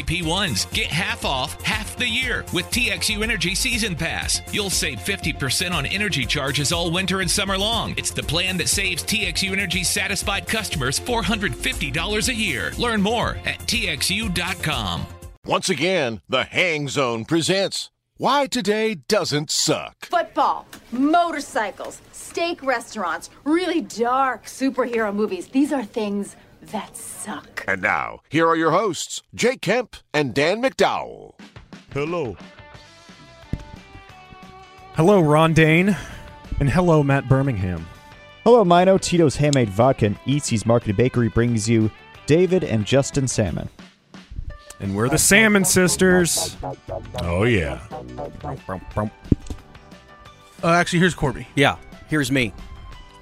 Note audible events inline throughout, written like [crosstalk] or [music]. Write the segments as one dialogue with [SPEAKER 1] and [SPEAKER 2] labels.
[SPEAKER 1] AP1s. Get half off half the year with TXU Energy Season Pass. You'll save 50% on energy charges all winter and summer long. It's the plan that saves TXU Energy satisfied customers $450 a year. Learn more at TXU.com.
[SPEAKER 2] Once again, the Hang Zone presents Why Today Doesn't Suck.
[SPEAKER 3] Football, motorcycles, steak restaurants, really dark superhero movies. These are things that suck.
[SPEAKER 2] And now, here are your hosts, Jake Kemp and Dan McDowell.
[SPEAKER 4] Hello.
[SPEAKER 5] Hello, Ron Dane. And hello, Matt Birmingham.
[SPEAKER 6] Hello, Mino. Tito's Handmade Vodka and Eatsy's Market Bakery brings you David and Justin Salmon.
[SPEAKER 5] And we're the Salmon Sisters.
[SPEAKER 4] Oh yeah.
[SPEAKER 7] Uh, actually, here's Corby.
[SPEAKER 8] Yeah, here's me.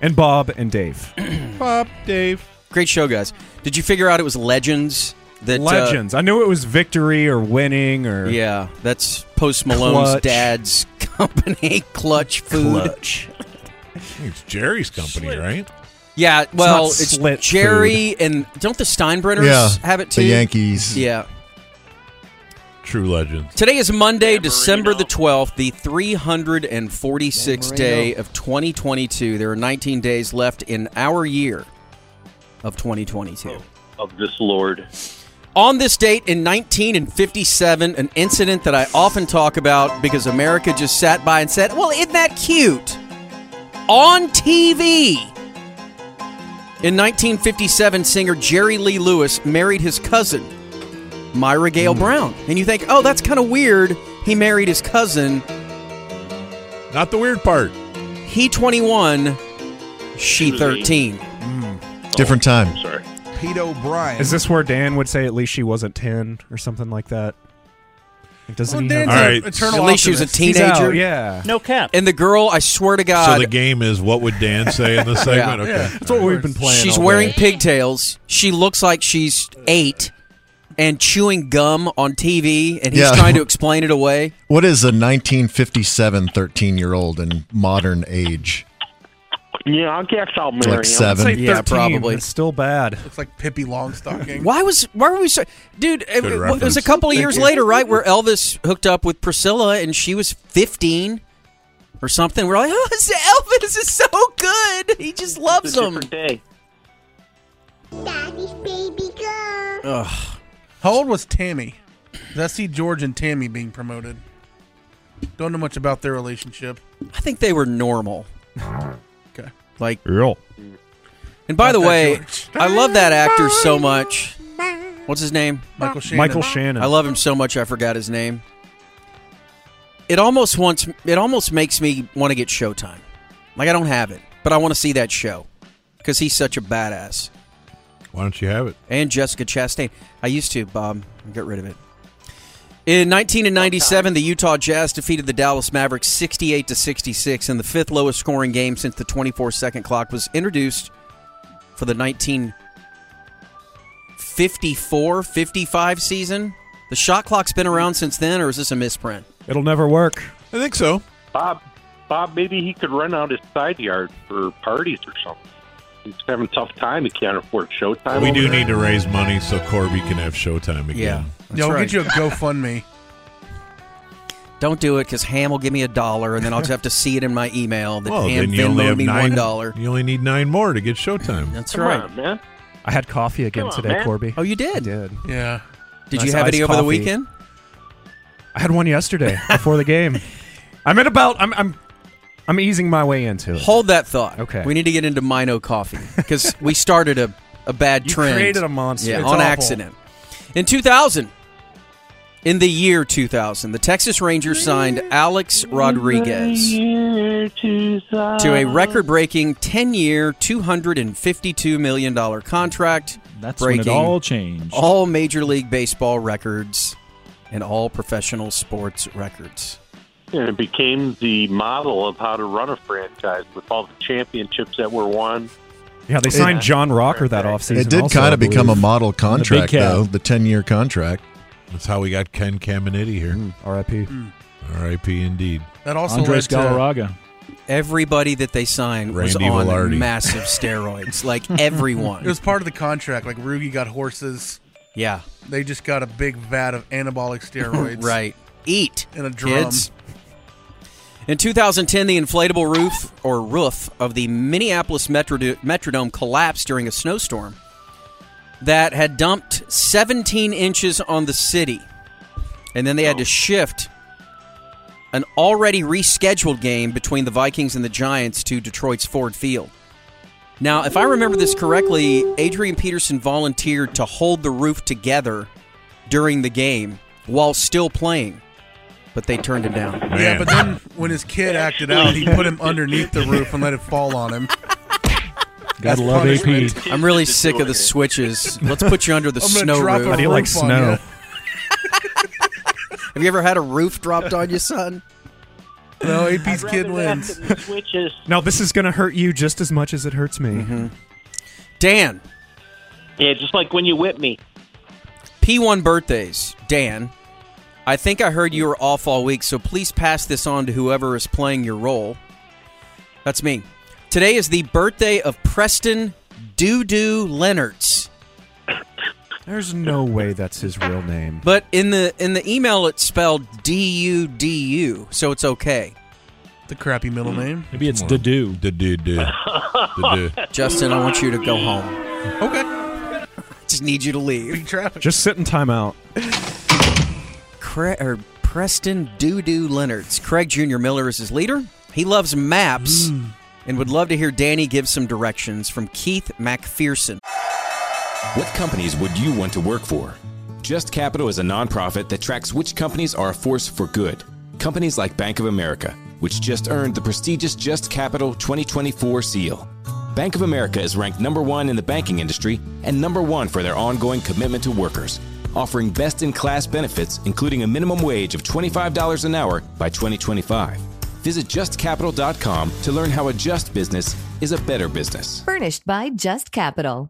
[SPEAKER 5] And Bob and Dave.
[SPEAKER 4] Bob, Dave.
[SPEAKER 8] Great show, guys. Did you figure out it was Legends? That uh,
[SPEAKER 5] Legends. I knew it was victory or winning or.
[SPEAKER 8] yeah, that's Post Malone's
[SPEAKER 5] Clutch.
[SPEAKER 8] dad's [laughs] company, Clutch Food.
[SPEAKER 4] I think [laughs] it's Jerry's company, right?
[SPEAKER 8] Yeah, well,
[SPEAKER 5] not
[SPEAKER 8] it's,
[SPEAKER 5] slit
[SPEAKER 8] Jerry and don't the Steinbrenners have it too?
[SPEAKER 9] The Yankees.
[SPEAKER 8] Yeah.
[SPEAKER 4] True Legends.
[SPEAKER 8] Today is Monday, December the 12th, the 346th day of 2022. There are 19 days left in our year of 2022.
[SPEAKER 10] Oh, of this Lord.
[SPEAKER 8] On this date in 1957, an incident that I often talk about because America just sat by and said, Well, isn't that cute? On TV. In 1957, singer Jerry Lee Lewis married his cousin, Myra Gale
[SPEAKER 5] Hmm.
[SPEAKER 8] Brown. And you think, Oh, that's kind of weird. He married his cousin.
[SPEAKER 4] Not the weird part.
[SPEAKER 8] He 21, she 13.
[SPEAKER 9] Different time.
[SPEAKER 10] Sorry.
[SPEAKER 7] Pete O'Brien.
[SPEAKER 5] Is this where Dan would say at least she wasn't 10 or something like that? Like, doesn't
[SPEAKER 7] well,
[SPEAKER 5] he
[SPEAKER 7] Dan's
[SPEAKER 5] have-
[SPEAKER 4] All
[SPEAKER 7] a
[SPEAKER 4] right.
[SPEAKER 7] eternal
[SPEAKER 8] At least she was a
[SPEAKER 7] optimist.
[SPEAKER 5] He's
[SPEAKER 8] teenager.
[SPEAKER 5] out, yeah.
[SPEAKER 11] No cap.
[SPEAKER 8] And the girl, I swear to God,
[SPEAKER 4] So the game is what would Dan say in this segment? Okay.
[SPEAKER 5] That's what we've been playing.
[SPEAKER 8] She's
[SPEAKER 5] all
[SPEAKER 8] wearing
[SPEAKER 5] day.
[SPEAKER 8] pigtails. She looks like she's eight and chewing gum on TV, and he's
[SPEAKER 9] Yeah.
[SPEAKER 8] trying to explain it away.
[SPEAKER 9] What is a 1957 13 year old in modern age?
[SPEAKER 10] Yeah, I guess I'll marry
[SPEAKER 9] Like
[SPEAKER 10] him.
[SPEAKER 5] I'd say
[SPEAKER 9] seven.
[SPEAKER 8] Yeah,
[SPEAKER 5] 13.
[SPEAKER 8] probably.
[SPEAKER 5] It's still bad.
[SPEAKER 7] Looks like Pippi Longstocking.
[SPEAKER 8] Why was why were we so dude? It, it was
[SPEAKER 4] reference.
[SPEAKER 8] a couple of years later, right, where Elvis hooked up with Priscilla, and she was fifteen or something. We're like, [laughs] oh, Elvis is so good. He just loves
[SPEAKER 10] It's a
[SPEAKER 8] him.
[SPEAKER 10] different day.
[SPEAKER 8] Ugh.
[SPEAKER 7] How old was Tammy? 'Cause I see George and Tammy being promoted. Don't know much about their relationship.
[SPEAKER 8] I think they were normal.
[SPEAKER 7] Okay.
[SPEAKER 8] Like,
[SPEAKER 5] Real.
[SPEAKER 8] and by the
[SPEAKER 7] Not that
[SPEAKER 8] way,
[SPEAKER 7] George.
[SPEAKER 8] I love that actor so much. What's his name?
[SPEAKER 7] Michael Shannon.
[SPEAKER 5] Michael Shannon.
[SPEAKER 8] I love him so much I forgot his name. It almost wants it almost makes me want to get Showtime. Like I don't have it, but I want to see that show cuz he's such a badass.
[SPEAKER 4] Why don't you have it?
[SPEAKER 8] And Jessica Chastain. I used to, Bob. Get rid of it. In 1997, the Utah Jazz defeated the Dallas Mavericks 68 to 66 in the fifth lowest scoring game since the 24 second clock was introduced for the 1954 55 season. The shot clock's been around since then, or is this a misprint?
[SPEAKER 5] It'll never work.
[SPEAKER 4] I think so.
[SPEAKER 10] Bob, Bob, maybe he could rent out his side yard for parties or something. He's having a tough time. He can't afford Showtime.
[SPEAKER 4] we
[SPEAKER 10] over
[SPEAKER 4] do
[SPEAKER 10] there.
[SPEAKER 4] need to raise money so Corby can have Showtime again.
[SPEAKER 8] That's
[SPEAKER 7] Yeah, we'll
[SPEAKER 8] right.
[SPEAKER 7] get you a GoFundMe.
[SPEAKER 8] Don't do it because Ham will give me a dollar, and then I'll just have to see it in my email that
[SPEAKER 4] Well,
[SPEAKER 8] Ham
[SPEAKER 4] then you only
[SPEAKER 8] Venmoed
[SPEAKER 4] have
[SPEAKER 8] me
[SPEAKER 4] nine.
[SPEAKER 8] one dollar.
[SPEAKER 4] You only need nine more to get Showtime.
[SPEAKER 8] That's
[SPEAKER 10] Come
[SPEAKER 8] right.
[SPEAKER 10] on, man.
[SPEAKER 5] I had coffee again
[SPEAKER 10] Come on,
[SPEAKER 5] today,
[SPEAKER 10] man.
[SPEAKER 5] Corby.
[SPEAKER 8] Oh, you
[SPEAKER 5] I
[SPEAKER 8] did?
[SPEAKER 5] did.
[SPEAKER 7] Yeah.
[SPEAKER 8] Did you
[SPEAKER 5] Nice
[SPEAKER 8] have any
[SPEAKER 5] iced
[SPEAKER 8] over the
[SPEAKER 5] coffee.
[SPEAKER 8] weekend?
[SPEAKER 5] I had one yesterday before the game. I'm at about. I'm. I'm. I'm easing my way into it.
[SPEAKER 8] Hold that thought.
[SPEAKER 5] Okay.
[SPEAKER 8] We need to get into Mino coffee because we started a, a bad
[SPEAKER 5] You
[SPEAKER 8] trend.
[SPEAKER 5] created a monster.
[SPEAKER 8] Yeah,
[SPEAKER 5] It's
[SPEAKER 8] on
[SPEAKER 5] awful.
[SPEAKER 8] accident. In 2000, in the year 2000, the Texas Rangers signed Alex Rodriguez to a record breaking 10 year, $252 million contract.
[SPEAKER 11] That's
[SPEAKER 8] breaking
[SPEAKER 11] when it all changed.
[SPEAKER 8] all Major League Baseball records and all professional sports records.
[SPEAKER 10] And it became the model of how to run a franchise with all the championships that were won.
[SPEAKER 5] Yeah, they signed John Rocker that offseason.
[SPEAKER 9] It did
[SPEAKER 5] also,
[SPEAKER 9] kind
[SPEAKER 5] I
[SPEAKER 9] of become a
[SPEAKER 5] believe.
[SPEAKER 9] model contract,
[SPEAKER 11] Cat.
[SPEAKER 9] though, the 10 year contract.
[SPEAKER 4] That's how we got Ken Caminiti here.
[SPEAKER 5] Mm, R.I.P.
[SPEAKER 4] R.I.P. Indeed.
[SPEAKER 7] That also
[SPEAKER 11] Andres
[SPEAKER 7] led to [laughs]
[SPEAKER 11] Galarraga.
[SPEAKER 8] Everybody that they signed was
[SPEAKER 4] Randy
[SPEAKER 8] on
[SPEAKER 4] Velarde. [laughs]
[SPEAKER 8] massive steroids. like everyone.
[SPEAKER 7] It was part of the contract. Like Rugi got horses.
[SPEAKER 8] Yeah.
[SPEAKER 7] They just got a big vat of anabolic steroids.
[SPEAKER 8] [laughs] right. Eat.
[SPEAKER 7] In a drum.
[SPEAKER 8] Kids. In 2010, the inflatable roof or roof of the Minneapolis Metrodo- Metrodome collapsed during a snowstorm that had dumped 17 inches on the city. And then they had to shift an already rescheduled game between the Vikings and the Giants to Detroit's Ford Field. Now, if I remember this correctly, Adrian Peterson volunteered to hold the roof together during the game while still playing, but they turned him down.
[SPEAKER 7] Yeah, but
[SPEAKER 4] [laughs]
[SPEAKER 7] then when his kid acted out, he put him underneath the roof and let it fall on him.
[SPEAKER 8] That's
[SPEAKER 7] love AP.
[SPEAKER 8] punishment. I'm really sick of the switches. Let's put you under the
[SPEAKER 7] I'm gonna
[SPEAKER 8] snow
[SPEAKER 7] drop
[SPEAKER 8] roof.
[SPEAKER 7] a How do you like roof on snow?
[SPEAKER 8] Have you ever had a roof dropped on you, son?
[SPEAKER 7] No, AP's kid wins.
[SPEAKER 10] Switches.
[SPEAKER 5] Now this is going to hurt you just as much as it hurts me.
[SPEAKER 12] Mm-hmm.
[SPEAKER 8] Dan,
[SPEAKER 10] Yeah, just like when you whip me.
[SPEAKER 8] P1 birthdays. Dan, I think I heard you were off all week, so please pass this on to whoever is playing your role. That's me. Today is the birthday of Preston Doo Doo Leonards.
[SPEAKER 5] There's no way that's his real name.
[SPEAKER 8] But in the in the email, it's spelled D U D U, so it's okay.
[SPEAKER 7] The crappy middle
[SPEAKER 12] Mm.
[SPEAKER 7] name.
[SPEAKER 11] Maybe it's the do.
[SPEAKER 4] The dude, dude. The dude.
[SPEAKER 8] Justin, I want you to go home.
[SPEAKER 7] Okay.
[SPEAKER 8] [laughs] Just need you to leave.
[SPEAKER 7] Big traffic.
[SPEAKER 5] Just sit in timeout.
[SPEAKER 8] Cra- or Preston Doo Doo Leonards. Craig Jr. Miller is his leader. He loves maps and would love to hear Danny give some directions from Keith MacPherson.
[SPEAKER 11] What companies would you want to work for? Just Capital is a nonprofit that tracks which companies are a force for good. Companies like Bank of America, which just earned the prestigious Just Capital 2024 seal. Bank of America is ranked number one in the banking industry and number one for their ongoing commitment to workers, offering best in class benefits, including a minimum wage of $25 an hour by 2025. Visit justcapital.com to learn how a just business is a better business.
[SPEAKER 13] Furnished by Just Capital.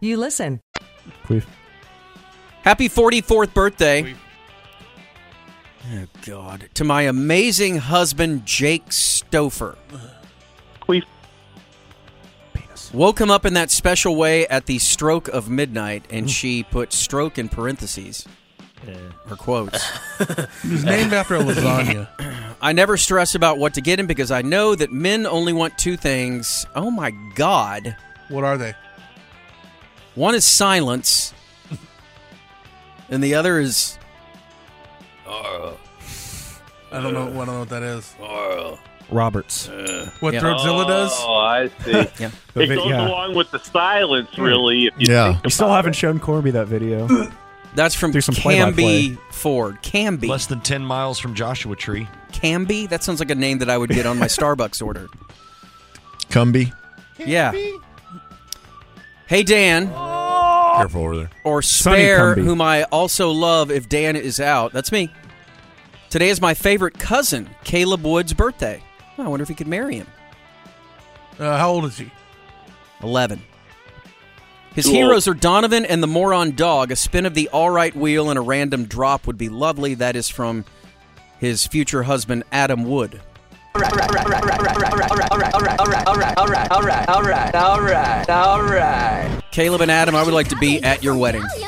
[SPEAKER 13] you listen.
[SPEAKER 8] Happy 44th birthday. Oh, God. To my amazing husband, Jake Stouffer.
[SPEAKER 10] Queef.
[SPEAKER 8] Woke him up in that special way at the stroke of midnight, and she put stroke in parentheses. Her quotes.
[SPEAKER 7] He's named after a lasagna.
[SPEAKER 8] I never stress about what to get him because I know that men only want two things. Oh my God.
[SPEAKER 7] What are they?
[SPEAKER 8] One is silence, and the other is.
[SPEAKER 7] I don't know. I don't know what that is.
[SPEAKER 5] Roberts.
[SPEAKER 11] Uh,
[SPEAKER 7] What
[SPEAKER 8] Yeah.
[SPEAKER 7] Throatzilla does?
[SPEAKER 10] Oh, I see.
[SPEAKER 8] Yeah.
[SPEAKER 10] It
[SPEAKER 5] vi-
[SPEAKER 10] goes
[SPEAKER 5] yeah.
[SPEAKER 10] along with the silence, really. If you
[SPEAKER 9] Yeah.
[SPEAKER 10] think
[SPEAKER 5] You still
[SPEAKER 10] about
[SPEAKER 5] haven't
[SPEAKER 10] it.
[SPEAKER 5] shown Corby
[SPEAKER 11] [clears throat]
[SPEAKER 5] that video.
[SPEAKER 8] That's from
[SPEAKER 5] Do some
[SPEAKER 8] Camby
[SPEAKER 5] play-by-play.
[SPEAKER 8] Ford. Camby.
[SPEAKER 14] Less than 10 miles from Joshua Tree.
[SPEAKER 8] Camby? That sounds like a name that I would get on my Starbucks order.
[SPEAKER 9] Cumby.
[SPEAKER 8] Yeah. Hey, Dan,
[SPEAKER 4] Careful over there.
[SPEAKER 8] or
[SPEAKER 5] Sonny
[SPEAKER 8] Spare,
[SPEAKER 5] Cumby.
[SPEAKER 8] whom I also love if Dan is out. That's me. Today is my favorite cousin, Caleb Wood's birthday. Oh, I wonder if he could marry him.
[SPEAKER 7] Uh, how old is he?
[SPEAKER 8] 11. His
[SPEAKER 10] Cool.
[SPEAKER 8] heroes are Donovan and the moron dog. A spin of the all right wheel and a random drop would be lovely. That is from his future husband, Adam Wood. Caleb and Adam, I would like to be at your wedding.
[SPEAKER 15] Oh yeah,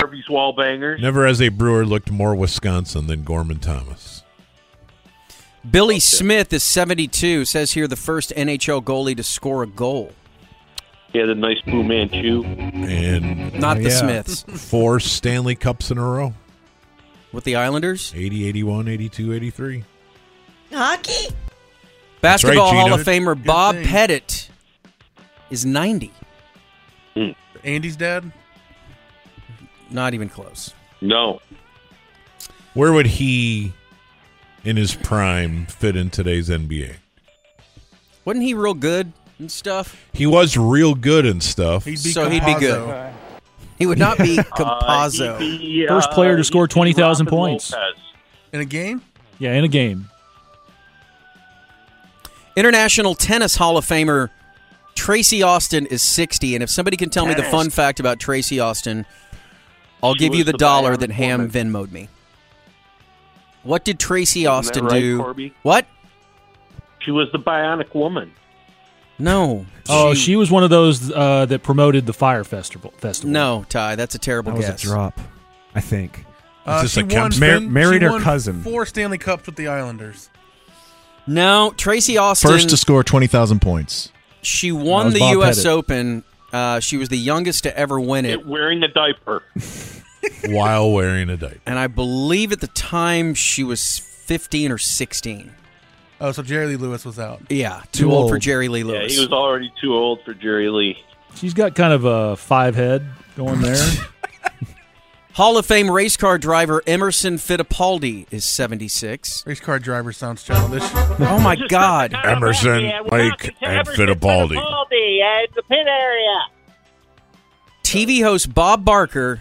[SPEAKER 16] Harvey's wall bangers.
[SPEAKER 4] never as a Brewer looked more Wisconsin than Gorman Thomas.
[SPEAKER 8] Billy Smith is 72. Says here the first NHL goalie to score a goal.
[SPEAKER 10] He had a nice Fu Manchu.
[SPEAKER 4] And
[SPEAKER 8] Not the
[SPEAKER 5] yeah.
[SPEAKER 8] Smiths.
[SPEAKER 4] [laughs] four Stanley Cups in a row.
[SPEAKER 8] With the Islanders.
[SPEAKER 4] 80, 81, 82, 83.
[SPEAKER 17] Hockey?
[SPEAKER 4] That's right,
[SPEAKER 8] Basketball Hall
[SPEAKER 4] Gino.
[SPEAKER 8] of Famer
[SPEAKER 7] Good
[SPEAKER 8] Bob
[SPEAKER 7] thing.
[SPEAKER 8] Pettit is 90.
[SPEAKER 7] Andy's dad.
[SPEAKER 8] Not even close.
[SPEAKER 10] No.
[SPEAKER 4] Where would he, in his prime, fit in today's NBA?
[SPEAKER 8] Wasn't he real good and stuff?
[SPEAKER 4] He was real good and stuff.
[SPEAKER 7] He'd be
[SPEAKER 8] So he'd be good.
[SPEAKER 7] Compazzo.
[SPEAKER 8] He would not be
[SPEAKER 10] [laughs] Uh,
[SPEAKER 8] Compazzo.
[SPEAKER 10] he'd be,
[SPEAKER 18] First
[SPEAKER 10] uh,
[SPEAKER 18] player to
[SPEAKER 10] he'd
[SPEAKER 18] score
[SPEAKER 10] be
[SPEAKER 18] 20,000
[SPEAKER 10] Robin
[SPEAKER 18] points.
[SPEAKER 10] Lopez.
[SPEAKER 7] in a game.
[SPEAKER 18] Yeah, in a game.
[SPEAKER 8] International Tennis Hall of Famer Tracy Austin is 60. And if somebody can tell me the
[SPEAKER 10] Tennis.
[SPEAKER 8] fun fact about Tracy Austin, I'll
[SPEAKER 10] She
[SPEAKER 8] give you
[SPEAKER 10] was
[SPEAKER 8] the
[SPEAKER 10] the
[SPEAKER 8] dollar
[SPEAKER 10] Bayern
[SPEAKER 8] that Ham
[SPEAKER 10] woman.
[SPEAKER 8] Venmoed me. What did Tracy
[SPEAKER 10] Isn't that
[SPEAKER 8] Austin
[SPEAKER 10] right,
[SPEAKER 8] do?
[SPEAKER 10] Corby?
[SPEAKER 8] What?
[SPEAKER 10] She was the bionic woman.
[SPEAKER 8] No.
[SPEAKER 18] Oh, she was one of those uh, that promoted the Fire Festival. Festival.
[SPEAKER 8] No, Ty, that's a terrible
[SPEAKER 5] That was
[SPEAKER 8] guess.
[SPEAKER 5] a drop, I think.
[SPEAKER 4] this
[SPEAKER 7] Uh, she
[SPEAKER 4] a
[SPEAKER 7] won,
[SPEAKER 4] Kempston?
[SPEAKER 5] Mar- married
[SPEAKER 7] she
[SPEAKER 5] her
[SPEAKER 7] won
[SPEAKER 5] cousin.
[SPEAKER 7] Four Stanley Cups with the Islanders.
[SPEAKER 8] No, Tracy Austin.
[SPEAKER 9] First to score 20,000 points.
[SPEAKER 8] She
[SPEAKER 9] That
[SPEAKER 8] won
[SPEAKER 9] was
[SPEAKER 8] the
[SPEAKER 9] Bob
[SPEAKER 8] U.S.
[SPEAKER 9] Pettit.
[SPEAKER 8] Open. Uh, she was the youngest to ever win it.
[SPEAKER 16] Wearing a diaper.
[SPEAKER 4] while wearing a diaper.
[SPEAKER 8] And I believe at the time she was 15 or 16.
[SPEAKER 7] Oh, so Jerry Lee Lewis was out.
[SPEAKER 8] Yeah, too, old. for Jerry Lee
[SPEAKER 16] Yeah,
[SPEAKER 8] Lewis.
[SPEAKER 16] he was already too old for Jerry Lee.
[SPEAKER 18] She's got kind of a five head going there.
[SPEAKER 8] Hall of Fame race car driver Emerson Fittipaldi is 76.
[SPEAKER 7] Race car driver sounds childish.
[SPEAKER 8] [laughs] oh my God.
[SPEAKER 4] Emerson, Lake, and Fittipaldi.
[SPEAKER 17] Baldy, uh, it's the pit area.
[SPEAKER 8] TV host Bob Barker,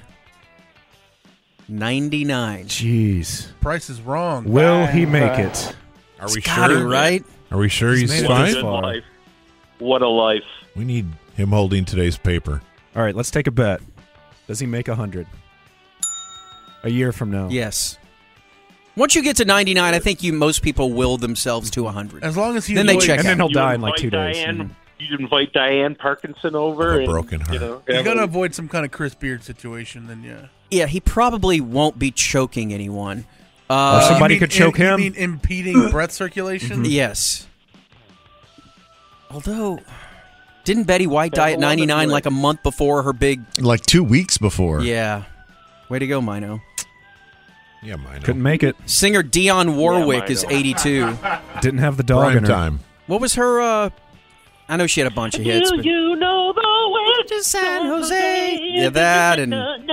[SPEAKER 5] [laughs]
[SPEAKER 8] 99.
[SPEAKER 5] Jeez.
[SPEAKER 7] Price is wrong.
[SPEAKER 5] Will he make it?
[SPEAKER 4] Are we
[SPEAKER 8] It's gotta,
[SPEAKER 4] sure?
[SPEAKER 8] right?
[SPEAKER 4] Are we sure
[SPEAKER 5] He's
[SPEAKER 4] he's,
[SPEAKER 5] made it
[SPEAKER 4] fine?
[SPEAKER 5] this far. Life.
[SPEAKER 16] What a life.
[SPEAKER 4] We need him holding today's paper.
[SPEAKER 5] All right, let's take a bet. Does he make a 100? A year from now.
[SPEAKER 8] Yes. Once you get to 99, I think you most people will themselves to 100.
[SPEAKER 7] As long as he
[SPEAKER 8] then they
[SPEAKER 7] enjoys-
[SPEAKER 8] check
[SPEAKER 7] And then
[SPEAKER 8] out.
[SPEAKER 7] he'll
[SPEAKER 16] You invite Diane, You invite Diane Parkinson over. and, You know,
[SPEAKER 7] You're
[SPEAKER 16] have
[SPEAKER 7] gonna
[SPEAKER 16] a-
[SPEAKER 7] avoid some kind of Chris Beard situation, then yeah.
[SPEAKER 8] Yeah, he probably won't be choking anyone.
[SPEAKER 5] Or
[SPEAKER 8] Uh,
[SPEAKER 5] somebody
[SPEAKER 7] You mean
[SPEAKER 5] could choke
[SPEAKER 7] im- you
[SPEAKER 5] him.
[SPEAKER 7] mean
[SPEAKER 9] [clears throat]
[SPEAKER 7] impeding breath circulation.
[SPEAKER 8] Yes. Hmm. Although, didn't Betty White die at 99 like a month before her big?
[SPEAKER 9] Mm-hmm. Like two weeks before.
[SPEAKER 8] Yeah. Way to go, Mino.
[SPEAKER 4] Yeah, Mino.
[SPEAKER 5] Couldn't make it.
[SPEAKER 8] Singer Dionne Warwick
[SPEAKER 4] Mino.
[SPEAKER 8] is 82.
[SPEAKER 5] Didn't have the dog
[SPEAKER 4] Prime
[SPEAKER 5] in her.
[SPEAKER 4] time.
[SPEAKER 8] What was her? uh I know she had a bunch of hits. But,
[SPEAKER 15] you know the way to San Jose?
[SPEAKER 8] yeah, that and Uh,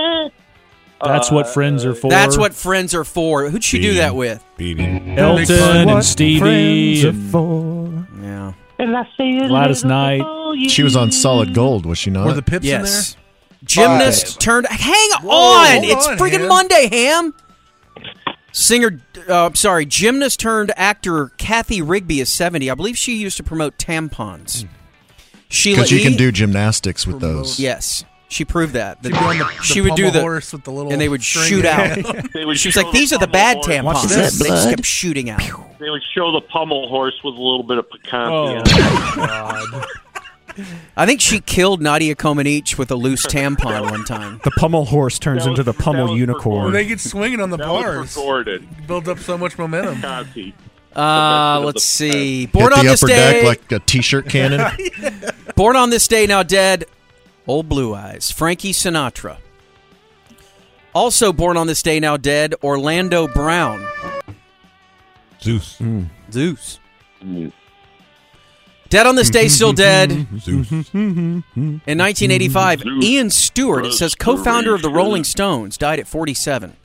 [SPEAKER 18] That's what friends are for.
[SPEAKER 8] that's what friends are for. Who'd she do that with?
[SPEAKER 4] Beating
[SPEAKER 18] Elton and
[SPEAKER 5] What
[SPEAKER 18] Stevie.
[SPEAKER 5] friends are
[SPEAKER 18] and-
[SPEAKER 5] for.
[SPEAKER 8] Yeah.
[SPEAKER 15] And I say it
[SPEAKER 18] Gladys Knight.
[SPEAKER 9] She was on solid gold, was she not?
[SPEAKER 7] Were the pips in there?
[SPEAKER 8] Yes. Gymnast turned. Hang on!
[SPEAKER 7] hold
[SPEAKER 8] It's
[SPEAKER 7] on,
[SPEAKER 8] freaking
[SPEAKER 7] Ham.
[SPEAKER 8] Monday, Ham! Singer, uh, I'm sorry, gymnast turned actor Kathy Rigby is 70. I believe she used to promote tampons. Sheila
[SPEAKER 9] Because you
[SPEAKER 8] E.
[SPEAKER 9] can do gymnastics with those.
[SPEAKER 8] Yes. She proved that.
[SPEAKER 7] She'd be on the-
[SPEAKER 8] she
[SPEAKER 7] the
[SPEAKER 8] would do
[SPEAKER 7] pommel
[SPEAKER 8] the
[SPEAKER 7] horse with the little
[SPEAKER 8] and they would
[SPEAKER 7] string.
[SPEAKER 8] shoot out.
[SPEAKER 16] They would
[SPEAKER 8] she was
[SPEAKER 16] show
[SPEAKER 8] like,
[SPEAKER 16] the
[SPEAKER 8] "These are the
[SPEAKER 16] pommel
[SPEAKER 8] bad
[SPEAKER 16] horse.
[SPEAKER 8] tampons."
[SPEAKER 16] Watch this,
[SPEAKER 8] They just
[SPEAKER 16] bud.
[SPEAKER 8] kept shooting out.
[SPEAKER 16] They would show the pummel horse with a little bit of pecan.
[SPEAKER 8] Oh,
[SPEAKER 16] God.
[SPEAKER 8] I think she killed Nadia Comaneci with a loose tampon one
[SPEAKER 16] [laughs]
[SPEAKER 8] time.
[SPEAKER 5] [laughs] The pummel horse turns into the pummel unicorn.
[SPEAKER 7] They get swinging on the bars.
[SPEAKER 16] Recorded.
[SPEAKER 7] Build up so much momentum.
[SPEAKER 8] Uh, let's see.
[SPEAKER 9] Hit
[SPEAKER 8] Born
[SPEAKER 9] the
[SPEAKER 8] on
[SPEAKER 9] upper
[SPEAKER 8] this day,
[SPEAKER 9] deck like a t-shirt cannon.
[SPEAKER 8] [laughs] born on this day, now dead. Old Blue Eyes, Frankie Sinatra. Also born on this day, now dead. Orlando Brown,
[SPEAKER 4] Zeus.
[SPEAKER 8] Zeus. Dead on this day, still dead. In 1985, Ian Stewart, it says co founder of the Rolling Stones, died at 47.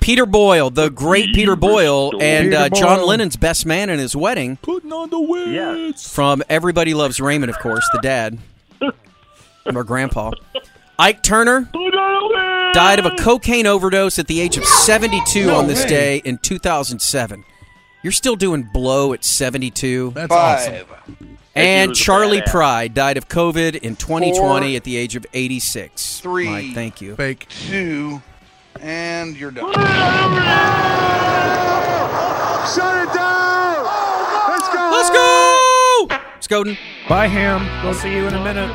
[SPEAKER 8] Peter Boyle, the great Peter Boyle, and uh,
[SPEAKER 5] Peter
[SPEAKER 8] John
[SPEAKER 5] Boyle.
[SPEAKER 8] Lennon's best man in his wedding.
[SPEAKER 4] Putting on the wig.
[SPEAKER 8] From Everybody Loves Raymond, of course, the dad. or grandpa. Ike Turner died of a cocaine overdose at the age of 72 on this day in 2007. You're still doing blow at 72.
[SPEAKER 7] That's Five. awesome. That
[SPEAKER 8] And
[SPEAKER 7] dude was
[SPEAKER 8] Charlie
[SPEAKER 7] badass.
[SPEAKER 8] Pride died of COVID in 2020
[SPEAKER 19] Four,
[SPEAKER 8] at the age of 86.
[SPEAKER 19] three,
[SPEAKER 8] Mike, thank you.
[SPEAKER 7] Fake.
[SPEAKER 19] Two, and you're done.
[SPEAKER 15] Shut it down! Let's go!
[SPEAKER 8] Let's go! Scoden.
[SPEAKER 5] Bye, Ham. We'll see you in a minute.